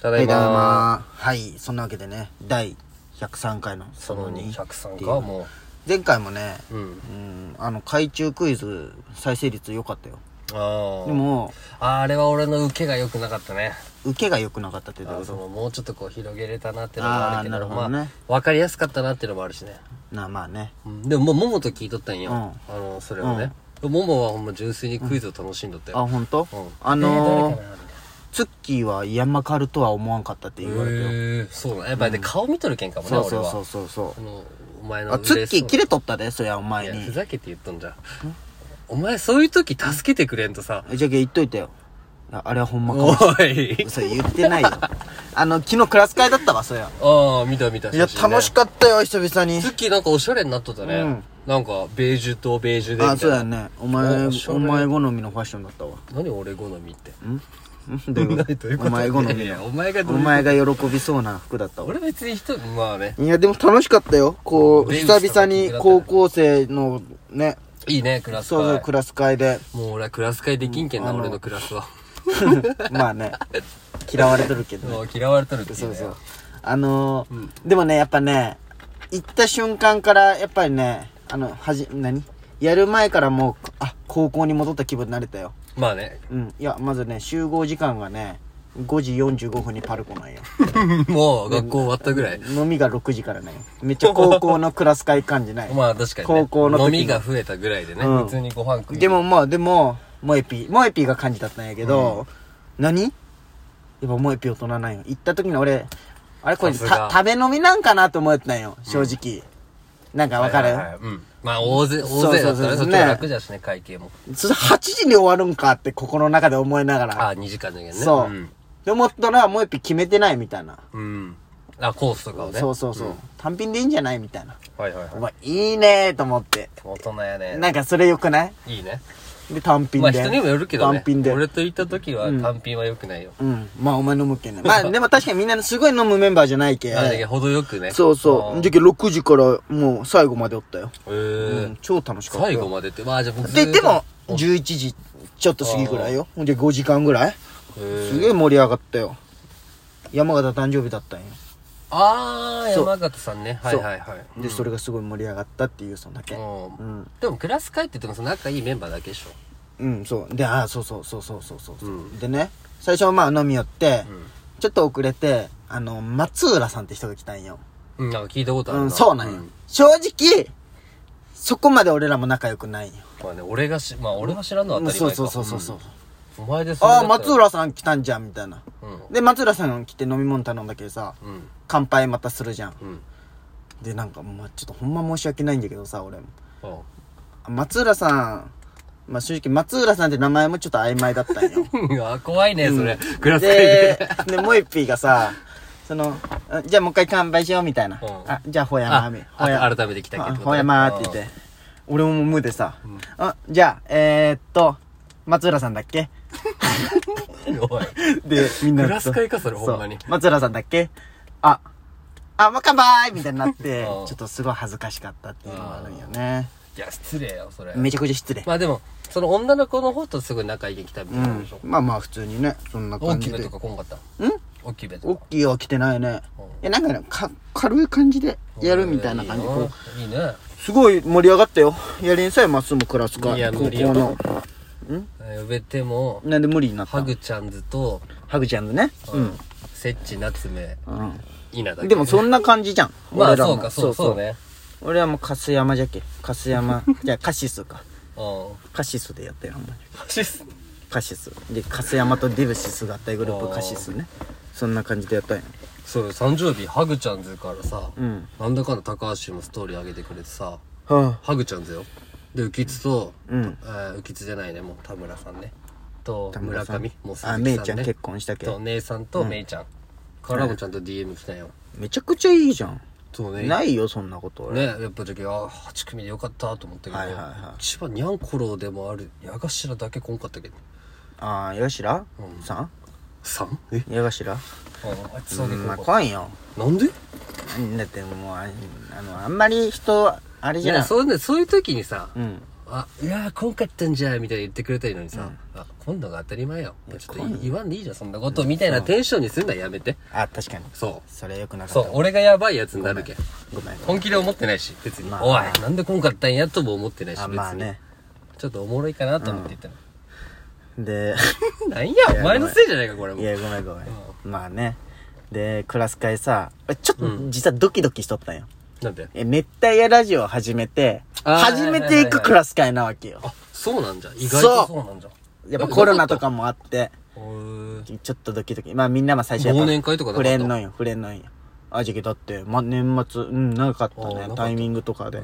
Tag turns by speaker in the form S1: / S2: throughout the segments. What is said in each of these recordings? S1: ただ
S2: はいい、
S1: ま
S2: だ
S1: ー
S2: いまはい、そんなわけでね、第103回の
S1: そ
S2: そ
S1: の
S2: の
S1: 2
S2: 2。
S1: 0 3かも
S2: 前回もね、
S1: ううん
S2: うん、あの、海中クイズ再生率良かったよ。
S1: あ
S2: で
S1: ー
S2: も、
S1: あーあれは俺の受けが良くなかったね
S2: 受けが良くなかったってどう
S1: あ
S2: い
S1: ー
S2: う
S1: そ
S2: こ
S1: のもうちょっとこう広げれたなってのもあるけど
S2: あーなるほどね
S1: まあ、分かりやすかったなってのもあるしね、
S2: とな、まあね。
S1: うんでももうももと聞いとったんよ、
S2: うん
S1: あのそれをね、ももはほんま純粋にクイズを楽しんどった
S2: あ、
S1: よ、
S2: ほんと、
S1: うん
S2: あ
S1: えー誰
S2: の
S1: か
S2: ー、
S1: なみたいな
S2: ツッキーは山狩るとは思わんかったって言われたよ。
S1: へえそうなのやっぱりね、顔見とるけんかもね
S2: そうそう
S1: 俺は
S2: そうそうそ
S1: そのお前
S2: う。
S1: の
S2: あ、ツッキー切
S1: れ
S2: れとったで、そりゃお
S1: い
S2: 前
S1: やふ
S2: に。
S1: ざけて言っとんじゃんお前そういう時助けてくれんとさ
S2: じゃあ言っといたよ。いやあれはほんまか
S1: お
S2: もし
S1: い
S2: れん。それ言ってないよ。あの、昨日クラス会だったわ、そりゃ。
S1: ああ見た見た
S2: いや、楽しかったよ、久々に
S1: ツ。ッキーなんかおしゃれになっとったね、
S2: うん
S1: なんかベージュとベージュでみたいな
S2: あ、そうやね。お前、
S1: おしゃれ
S2: お前好みのファッションだった わ。
S1: 何俺好みって
S2: んどういうこ
S1: 何
S2: と
S1: どういうこ
S2: お
S1: と
S2: 前好み
S1: い
S2: の。
S1: やお前がど
S2: お
S1: ういう
S2: 前が喜びそうな服だったわ。
S1: 俺別に人まあね
S2: いや、でも楽しかったよ。こう、
S1: ベンチとか
S2: 久々に高校生のね、
S1: いいねクラス
S2: そうそう、
S1: 会
S2: クラス会で。
S1: もう俺はクラス会できんけんな、
S2: うんあの
S1: 俺のクラスは
S2: まあね、嫌われてるけど ね。
S1: もう嫌われとるってい
S2: そう
S1: ね
S2: そう。あのー、でもね、やっぱね、行った瞬間から、やっぱりね、あの、はじ、何やる前からもう、あ、高校に戻った気分になれたよ。
S1: まあね
S2: うん。いや、まずね、集合時間がね、5時45分にパルコなんよ。
S1: もう学校終わったぐらい、
S2: 飲みが6時からね。めっちゃ高校のクラス会感じない。
S1: まあ確かに、ね、
S2: 高校の時の
S1: 飲みが増えたぐらいでね、
S2: うん
S1: 普通にご飯食いに
S2: でもまあ、でも、モエピ、モエピが感じだったんやけど、何やっぱモエピ大人なんよ。行った時に俺、あれこれ
S1: さすが
S2: た食べ飲みなんかなと思ってたんよ、正直。なんかわかる、
S1: はいはいはいうんまあ大勢大勢だった
S2: そうそうそう
S1: らねそっちも楽じゃしね会計も
S2: それ8時に終わるんかって心の中で思いながら。
S1: ああ2時間だけどね
S2: そう。
S1: ん
S2: で思ったら、モエピ決めてないみたいな。
S1: うんあコースとかをね
S2: そうそうそう、単品でいいんじゃないみたいな。
S1: はいはいはい
S2: お前、いいねーと思って。
S1: 大人やね
S2: なんかそれ良くない
S1: いいね
S2: で、単品で。
S1: まあ人にもよるけどね
S2: 単品で。
S1: 俺と行った時は単品は良くないよ、
S2: うん。まあ、お前飲むけんね。まあ、でも確かにみんなすごい飲むメンバーじゃないけ。
S1: なんだけど程よくね
S2: そうそう。じゃけ6時からもう最後までおったよ。
S1: うへえ
S2: うん超楽しかった。
S1: 最後までってまあじゃあ僕ずー
S2: で、
S1: っと
S2: でも、11時ちょっと過ぎぐらいよ。ほんで、5時間ぐらい
S1: へー
S2: すげえ盛り上がったよ。山形誕生日だったんよ。
S1: ああ
S2: そう
S1: 山形さんねはい
S2: そう
S1: はいはい
S2: で、それがすごい盛り上がったっていう、そんだけ。
S1: う
S2: うんん。
S1: でもクラス会って言ってもその仲いいメンバーだけでしょ
S2: うん、そう。で、ああ、そうそうそうそうそうそう。でね、最初はまあ飲み寄って、ちょっと遅れて、あの、松浦さんって人が来たんよ。
S1: うんなんか聞いたことある
S2: うん、そうなんよ。
S1: ん
S2: 正直、そこまで俺らも仲良くないよ。
S1: まあね俺がしまあ俺が知らんのは
S2: う
S1: 当
S2: ん
S1: たり
S2: そ
S1: 前か
S2: うそうそうそうそう。
S1: うんお前でそれだっ
S2: ああ、
S1: たら
S2: 松浦さん来たんじゃん、みたいな。
S1: うん
S2: で、松浦さん来て飲み物頼んだけどさ、
S1: うん
S2: 乾杯またするじゃん。
S1: うん
S2: で、なんか、まあちょっとほんま申し訳ないんだけどさ、俺も。
S1: うん
S2: 松浦さん、まあ正直松浦さんって名前もちょっと曖昧だったんよ。
S1: うわ怖いねそれ、クラス会
S2: で
S1: で、
S2: で、もう一匹がさ、その、あじゃあもう一回乾杯しようみたいな。
S1: うん
S2: あ、じゃあほやま
S1: あ
S2: み。ほや
S1: あ改めて来たけど
S2: ほやまーって言って。俺も無でさ、あ、じゃあ、えー、っと、松浦さんだっけ
S1: うん おい
S2: で、みんなと。
S1: クラス会かそれほんまに
S2: そう松浦さんだっけあ、あ、まあ、乾杯みたいになって、
S1: うん
S2: ちょっとすごい恥ずかしかったっていうのがあるんよね。
S1: いや失礼よそれ
S2: めちゃくちゃ失礼。
S1: まあでもその女の子の方とすごい仲いいきたみたいなんでしょ、
S2: まあまあ普通にね、そんな
S1: 大
S2: 感
S1: きい
S2: じ
S1: 目
S2: で
S1: と。か来んかった
S2: ん
S1: 大きい目
S2: オ
S1: と
S2: ッ
S1: か
S2: キーは来てないね。いや、なんかね、か、軽い感じでやるみたいな感じ。こう
S1: いいね
S2: すごい盛り上がったよ。やりんさえまっすぐクラス会。
S1: いや
S2: 高
S1: 無理よ
S2: 校の。
S1: 呼べても
S2: なんで無理になった
S1: ハ
S2: の
S1: グちゃんズと
S2: ハグちゃんのね。うん。
S1: セッチ夏目稲田
S2: でもそんな感じじゃん。
S1: まあ
S2: 俺らも
S1: そうかそうそうね
S2: 俺はもうカス山じゃけ。カス山。 じゃあカシスか。
S1: うん
S2: カシスでやったよ、ほんまに
S1: シス
S2: カシス。で、カス山とデブシスが合体グルー
S1: あ
S2: プ
S1: ー
S2: カシスね。そんな感じでやったんや。
S1: そうよ誕生日ハグちゃんズからさ、
S2: ん
S1: なんだかんだ高橋もストーリー上げてくれてさ
S2: は
S1: ハグちゃんズよで浮津と、
S2: うん
S1: えー浮津じゃないねもう田村さんねと
S2: 田
S1: 村
S2: 村さん
S1: 上もう鈴木さ
S2: あ、
S1: ん、ね、
S2: めいちゃん結婚したけ。
S1: と姉さんとめいちゃんからもちゃんと DM 来たよ、
S2: めちゃくちゃいいじゃん。
S1: そうね
S2: ないよ、そんなこと。俺
S1: ねやっぱ時あ8組でよかったと思ったけど、
S2: はいはいは
S1: 千葉にゃんころでもある矢頭だけこんかったけど
S2: ああ、矢頭さん
S1: 3? え
S2: 矢頭
S1: ああいつ
S2: う
S1: だけこ
S2: ん、
S1: んかっ
S2: まあ、
S1: た、
S2: 来んよ。
S1: なんで
S2: だってもうああのあんまり人あれ
S1: い
S2: じゃな
S1: や
S2: い
S1: そういうのそういう時にさ「
S2: うん
S1: あいやーこんかったんじゃ」みたいな言ってくれたらいいのにさ「あ今度が当たり前よ
S2: いや
S1: ちょっと
S2: 今度
S1: 言わんでいいじゃんそんなことみたいなテンションにすんのはやめて
S2: あ確かに
S1: そ
S2: それよくな
S1: う
S2: かった
S1: そう俺がやばいやつになるけん
S2: ごめん
S1: 本気で思ってないし別に、
S2: まあ
S1: おいなんでこんかったんやとも思ってないし
S2: あ
S1: 別に、
S2: まあね
S1: ちょっとおもろいかなと思って言ったの、
S2: で
S1: なんや
S2: いや
S1: お前のせいじゃないかこれも
S2: いやごめんごめん、まあねでクラス会さちょっと、
S1: うん
S2: 実はドキドキしとったんよ
S1: なんで
S2: え熱帯夜ラジオを始めて
S1: あー
S2: 始めていくクラス会なわけよ
S1: あそうなんじゃ意外と
S2: そ
S1: そううなんじゃ
S2: やっぱコロナとかもあって
S1: おー
S2: ちょっとドキドキまあみんなも最初やっぱ
S1: 忘年会とかなか
S2: 触
S1: った
S2: れんのよ触れんのよあじゃけだって、ま、年末うん長かった
S1: あーなか
S2: ね
S1: った
S2: タイミングとかで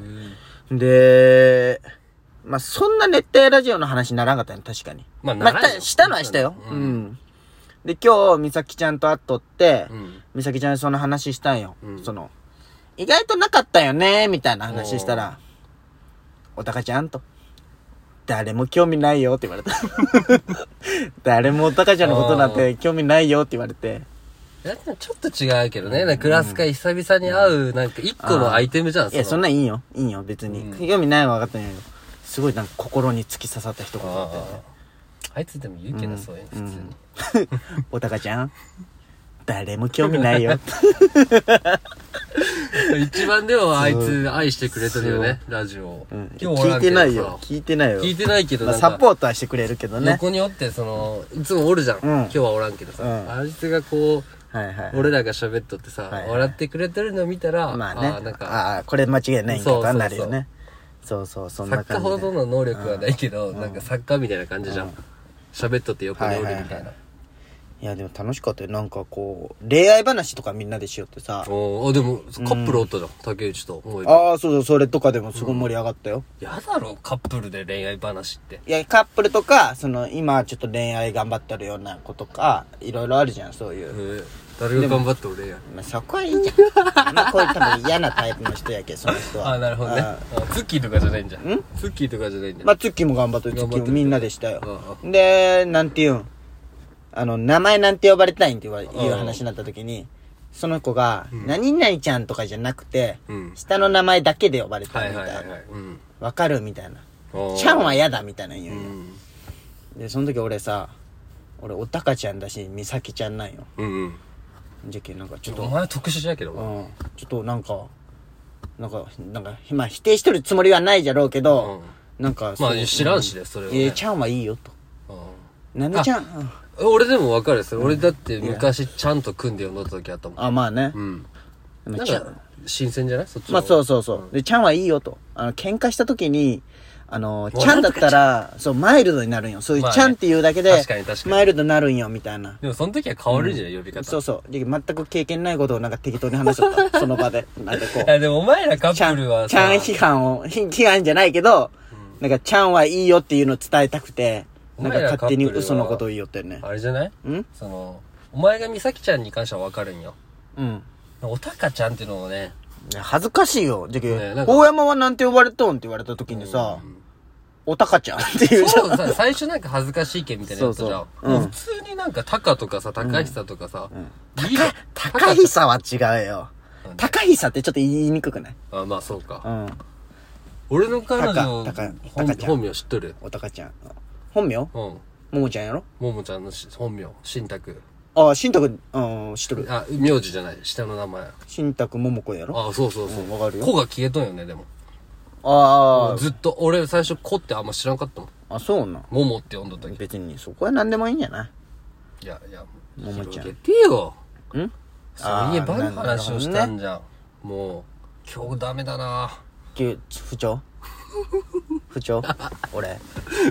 S1: う、ん
S2: でまあそんな熱帯ラジオの話にならんかったね確かに
S1: まあ
S2: まあ、
S1: ならんよ
S2: たしたのはしたよ。う。
S1: うんん
S2: で、今日、美咲ちゃんと会っとって、
S1: うん
S2: 美咲ちゃんにその話したんよ。
S1: うん
S2: その、意外となかったよね、みたいな話したら、おたかちゃんと、誰も興味ないよって言われた。 誰もおたかちゃんのことなんて興味ないよって言われて、
S1: いやでもちょっと違うけどね。なんかクラス会久々に会う、なんか一個のアイテムじゃん、
S2: いや、そん
S1: な。
S2: なんいいよ。いいよ、別に。
S1: うん
S2: 興味ないのは分かったんやけど、すごいなんか心に突き刺さった一言だったよね。
S1: あーあいつでも言うけど、そういうの、普通に。
S2: おたかちゃん、誰も興味な いよ。
S1: 一番でもあいつ愛してくれてるよね、ラジオを。
S2: うん
S1: 今日おら
S2: 聞い
S1: んけ
S2: て
S1: ど
S2: ないよ。
S1: そう
S2: 聞いてないよ。
S1: 聞いてないけど、
S2: まあ、
S1: なん
S2: サ
S1: か、
S2: ポートはしてくれるけどね。
S1: 横におって、その、いつもおるじゃん。
S2: うん
S1: 今日はおらんけど
S2: うん
S1: さ。あいつがこう、
S2: はいはい。
S1: 俺らが喋っとってさ、
S2: はいはい
S1: 笑ってくれてるの見たら、
S2: まあね。
S1: ーなんか、
S2: ああ、これ間違いないんか
S1: そうそう
S2: と
S1: そう
S2: なるよね。そうそう、そんな
S1: 作家
S2: 感じで。
S1: ほどの能力はないけど、なんか作家みたいな感じじゃん。喋っとって横におるみ
S2: はい
S1: た
S2: はい
S1: い
S2: は
S1: な。
S2: いや、でも楽しかったよ。なんかこう、恋愛話とかみんなでしようってさ。
S1: おーあでもカップルおったじゃん、竹内と萌え君
S2: ああ、そうそう、それとかでもすごい盛り上がったよ。
S1: やだろカップルで恋愛話って
S2: いや、カップルとか、その、今ちょっと恋愛頑張ってるような子とか、いろいろあるじゃん、そういう。
S1: 誰が頑張っても恋愛
S2: まあ、そこはいいじ ゃん。あんまこういう多分嫌なタイプの人やけ、その人は。
S1: ああなるほどね
S2: あ
S1: あツッキーとかじゃないんじゃんツッキーとかじゃないんじゃん、
S2: まあ、ツッキーも頑張ってる。ツッ
S1: 頑
S2: キ
S1: 張って
S2: ー
S1: る
S2: もみんなでしたよ。で、なんて言うんあの、名前なんて呼ばれたいんって言わ
S1: ん
S2: いう話になった時に、その子が、何々ちゃんとかじゃなくて、
S1: うん
S2: 下の名前だけで呼ばれた
S1: はいい
S2: み
S1: はい
S2: た
S1: はいい
S2: な
S1: は。いうん
S2: わかるみたいな。
S1: おー
S2: ちゃんは嫌だみたいな言
S1: う
S2: うんよ。
S1: ん
S2: で、その時俺さ、俺、おたかちゃんだし、みさきちゃんなんよ。
S1: うんうん
S2: じゃけ、なんか
S1: ち
S2: ちょ
S1: ょ
S2: っ
S1: っ
S2: と
S1: と、お前特殊じゃけどな
S2: うん。ちょっとなんか、なんか、なんか、まあ否定してるつもりはないじゃろうけど、なんか、
S1: まあ
S2: そう
S1: 知らんしねそれはね
S2: いやちゃんはいいよと。
S1: う
S2: なんでちゃん、うん
S1: ん俺でも分かるです俺だって昔ちゃんと組んで呼んだ時あったもん
S2: あ、まあね
S1: う。ん
S2: ま
S1: な
S2: あ
S1: ん
S2: ちゃん
S1: か新鮮じゃないそっちの
S2: まあそうそうそう。で、ちゃんはいいよと。あの、喧嘩した時に、あの、
S1: わ
S2: ちゃんだったら、そう、マイルドになるんよ。そういう
S1: まあね
S2: ちゃんっていうだけで
S1: 確かに確か、に
S2: マイルドになるんよ、みたいな。
S1: でもその時は変わるんじゃない呼び
S2: そ
S1: 方
S2: うそう。で、全く経験ないことをなんか適当に話し とった。その場で。なんかこう。
S1: あでもお前らカ
S2: ち
S1: ッ
S2: ゃん、
S1: プ
S2: ち
S1: ル
S2: ゃん
S1: はさ
S2: 批判を、批批判じゃないけど、なんか、ちゃんはいいよっていうのを伝えたくて、
S1: お
S2: なん
S1: 前
S2: から勝手に
S1: カップルは
S2: 嘘のことを言いよってね。
S1: あれじゃない
S2: ん
S1: その、お前が美咲ちゃんに関してはわかるんよ。
S2: うん。
S1: おたかちゃんっていうのをね、
S2: いや恥ずかしいよ。じゃけ、
S1: ねなんか
S2: 大山はなんて呼ばれとんって言われた時にさ、おたかちゃん っていうじゃん
S1: そうさ、最初なんか恥ずかしいけんみたいなやつじゃん。
S2: そうそうう
S1: も
S2: ん
S1: う普通になんか、タカとかさ、高久とかさ、いいよ
S2: 高久は違うよ
S1: な。んで
S2: 高久ってちょっと言いにくくない
S1: あ、まあそう
S2: う
S1: か。
S2: ん。
S1: 俺の彼女
S2: タカタカ
S1: 本
S2: タカちゃん
S1: 本名知っとる
S2: おたかちゃん。本名も
S1: うん。
S2: もちゃんやろ
S1: ももちゃんのし本名、新宅。
S2: ああ、しんたく、うん、知っとる。
S1: あ、名字じゃない、下の名前。
S2: しんたくももこやろ
S1: あ、そうそうそうう。
S2: んわかるよ
S1: 子が消えとんよね、でも。
S2: あ
S1: ずっと、俺最初子ってあんま知らんかったもん。
S2: あ、あ、そうなん。
S1: ももって呼んだ時。
S2: 別に、そこは何でもいいんじゃない
S1: いやいや、
S2: ももちゃん
S1: 広げてよ。
S2: ん
S1: そういえば
S2: あー
S1: の話をしたんじゃん。もう、今日ダメだな
S2: き不調 不調俺。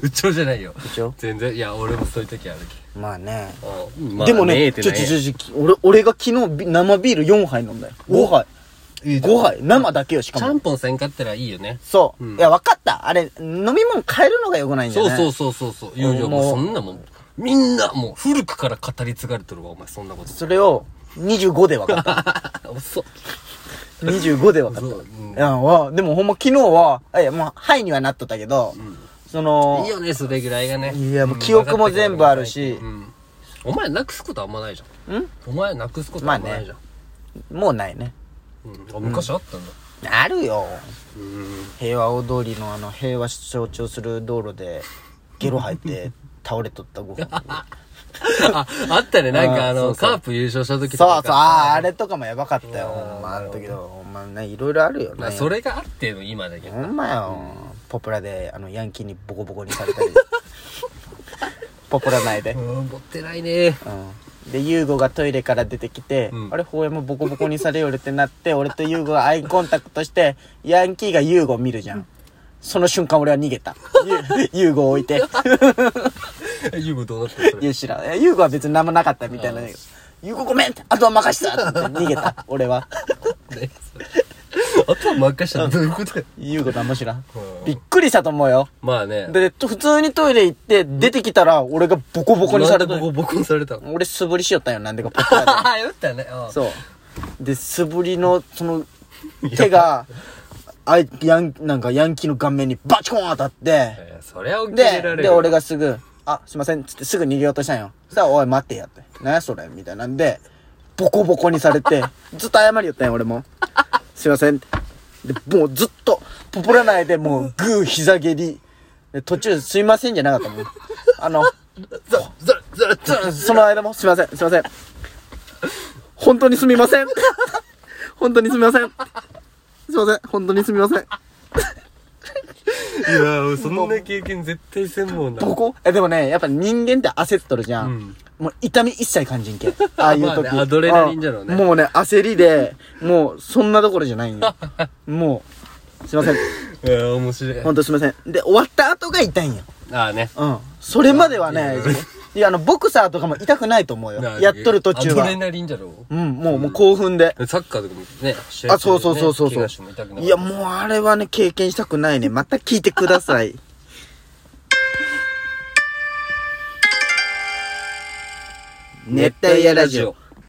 S1: うっちょじゃないよ。
S2: 不調
S1: 全然、いや、俺もそういう時あるけ
S2: まあね。
S1: ど。まあ
S2: でも
S1: え
S2: ね、
S1: え
S2: ち
S1: て
S2: ょ
S1: な
S2: ちょ
S1: いやん
S2: ちょちょ、俺、俺が昨日ビ生ビール4杯飲んだよ。5杯。
S1: いいじゃん
S2: 5杯。生だけよ、し
S1: ち
S2: か
S1: ゃ
S2: も
S1: ん。ぽんせんかったらいいよね。
S2: そう。
S1: うん
S2: いや、分かった。あれ、飲み物変えるのが良くないんだ
S1: そ
S2: よ
S1: う
S2: ね。
S1: そう
S2: う。
S1: そうそうそう。いやいや、もうそんなもん。みんな、もう古くから語り継がれてるわ、お前、そんなこと。
S2: それを、25で分 かった。
S1: 遅っ。
S2: 25で分かった。
S1: そううん
S2: いや、わでもほんま昨日は、いや、もう、はいにはなっとったけど、その、
S1: いいよね、それぐらいがね。
S2: いやもう
S1: うん
S2: 記憶も全部あるし
S1: うんお前なくすことあんまないじゃん。
S2: ん
S1: お前なくすことあんまないじゃん。
S2: もうないね。
S1: うんあ昔あったんだ。
S2: あるよ。
S1: うん。
S2: 平和大通りのあの、平和象徴する道路で、ゲロ吐いて、倒れとった ご飯。
S1: あ、あったね。なんかあ
S2: あーそ
S1: の、
S2: うそう
S1: カープ優勝した時
S2: そ
S1: と
S2: うそう、
S1: か。
S2: ああー、あれとかもやばかったよ。ほんま、あの時の。ほんまね、いろいろあるよ
S1: ま
S2: ね。
S1: あ、それがあっての今だけど。
S2: ほんまよ。ポプラで、あの、ヤンキーにボコボコにされ たり。ポプラ内で
S1: う。ん、持ってないね。
S2: うんで、ユーゴがトイレから出てきて、
S1: うん
S2: あれ、ホエもボコボコにされよるってなって、俺とユーゴがアイコンタクトして、ヤンキーがユーゴを見るじゃん。その瞬間俺は逃げた。 ユユーゴを置いて。
S1: ユーゴどうなったのそれ
S2: ユーシラ。えユーゴは別に何もなかったみたいな。ユーゴごめんってあとは任せたって言って逃げた。俺は。
S1: ねあとは真っ赤したのどういうことよ
S2: ユーゴ何も知らん
S1: うん。
S2: びっくりしたと思うよ。
S1: まあね。
S2: で、普通にトイレ行って、出てきたら、俺がボコボコにされた
S1: なん。でボコボコにされたの。
S2: 俺素振りしよったよ、なんでかポップラで。
S1: ああ、やったね。うん
S2: そう。で、素振りの、その、手が、あい、ヤン、なんかヤンキーの顔面にバチコーン当たって、
S1: いやそりゃ起きれられ
S2: で、
S1: る。
S2: で、俺
S1: が。
S2: がすぐ、あ、すいません、つってすぐ逃げようとしたんよ。そしたら、おい、待ってやって。何やそれみたいなんで、ボコボコにされて、 ずっと謝りよったんよ、俺も。 すいませんって。で、もうずっと、ポポらないで、もう、グー、膝蹴り。で途中、すいませんじゃなかったもん。あの、
S1: ザッザッザッザッ
S2: その間も、すいません、すいません。本当にすみません。 本当にすみません。すいません、本当にすみません。
S1: いやーそんな経験絶対せんもんな。
S2: ボコえ、でもね、やっぱ人間って焦っとるじゃん。
S1: うん
S2: もう痛み一切感じんけ。ああいう 時。
S1: まあねアドレナリンじゃろうね
S2: あもうね、焦りで、もうそんなところじゃないん よ。もう、すいません。
S1: いやー面白い。
S2: 本当すいません。で、終わった後が痛いんよ。
S1: ああね。
S2: うん。それまではね、いや、あの、ボクサーとかも痛くないと思うよ。やっとる途中
S1: アドレ
S2: は。
S1: ナリンじゃろ
S2: うん、もう、もう興奮で。
S1: サッカーとかもね、試
S2: あ、
S1: 中ね
S2: そうそうそうそう
S1: 怪
S2: そ
S1: 我しても痛くな
S2: う。
S1: る
S2: いや、もうあれはね、経験したくないね。また聞いてくだ さい。熱帯夜ラジオ。。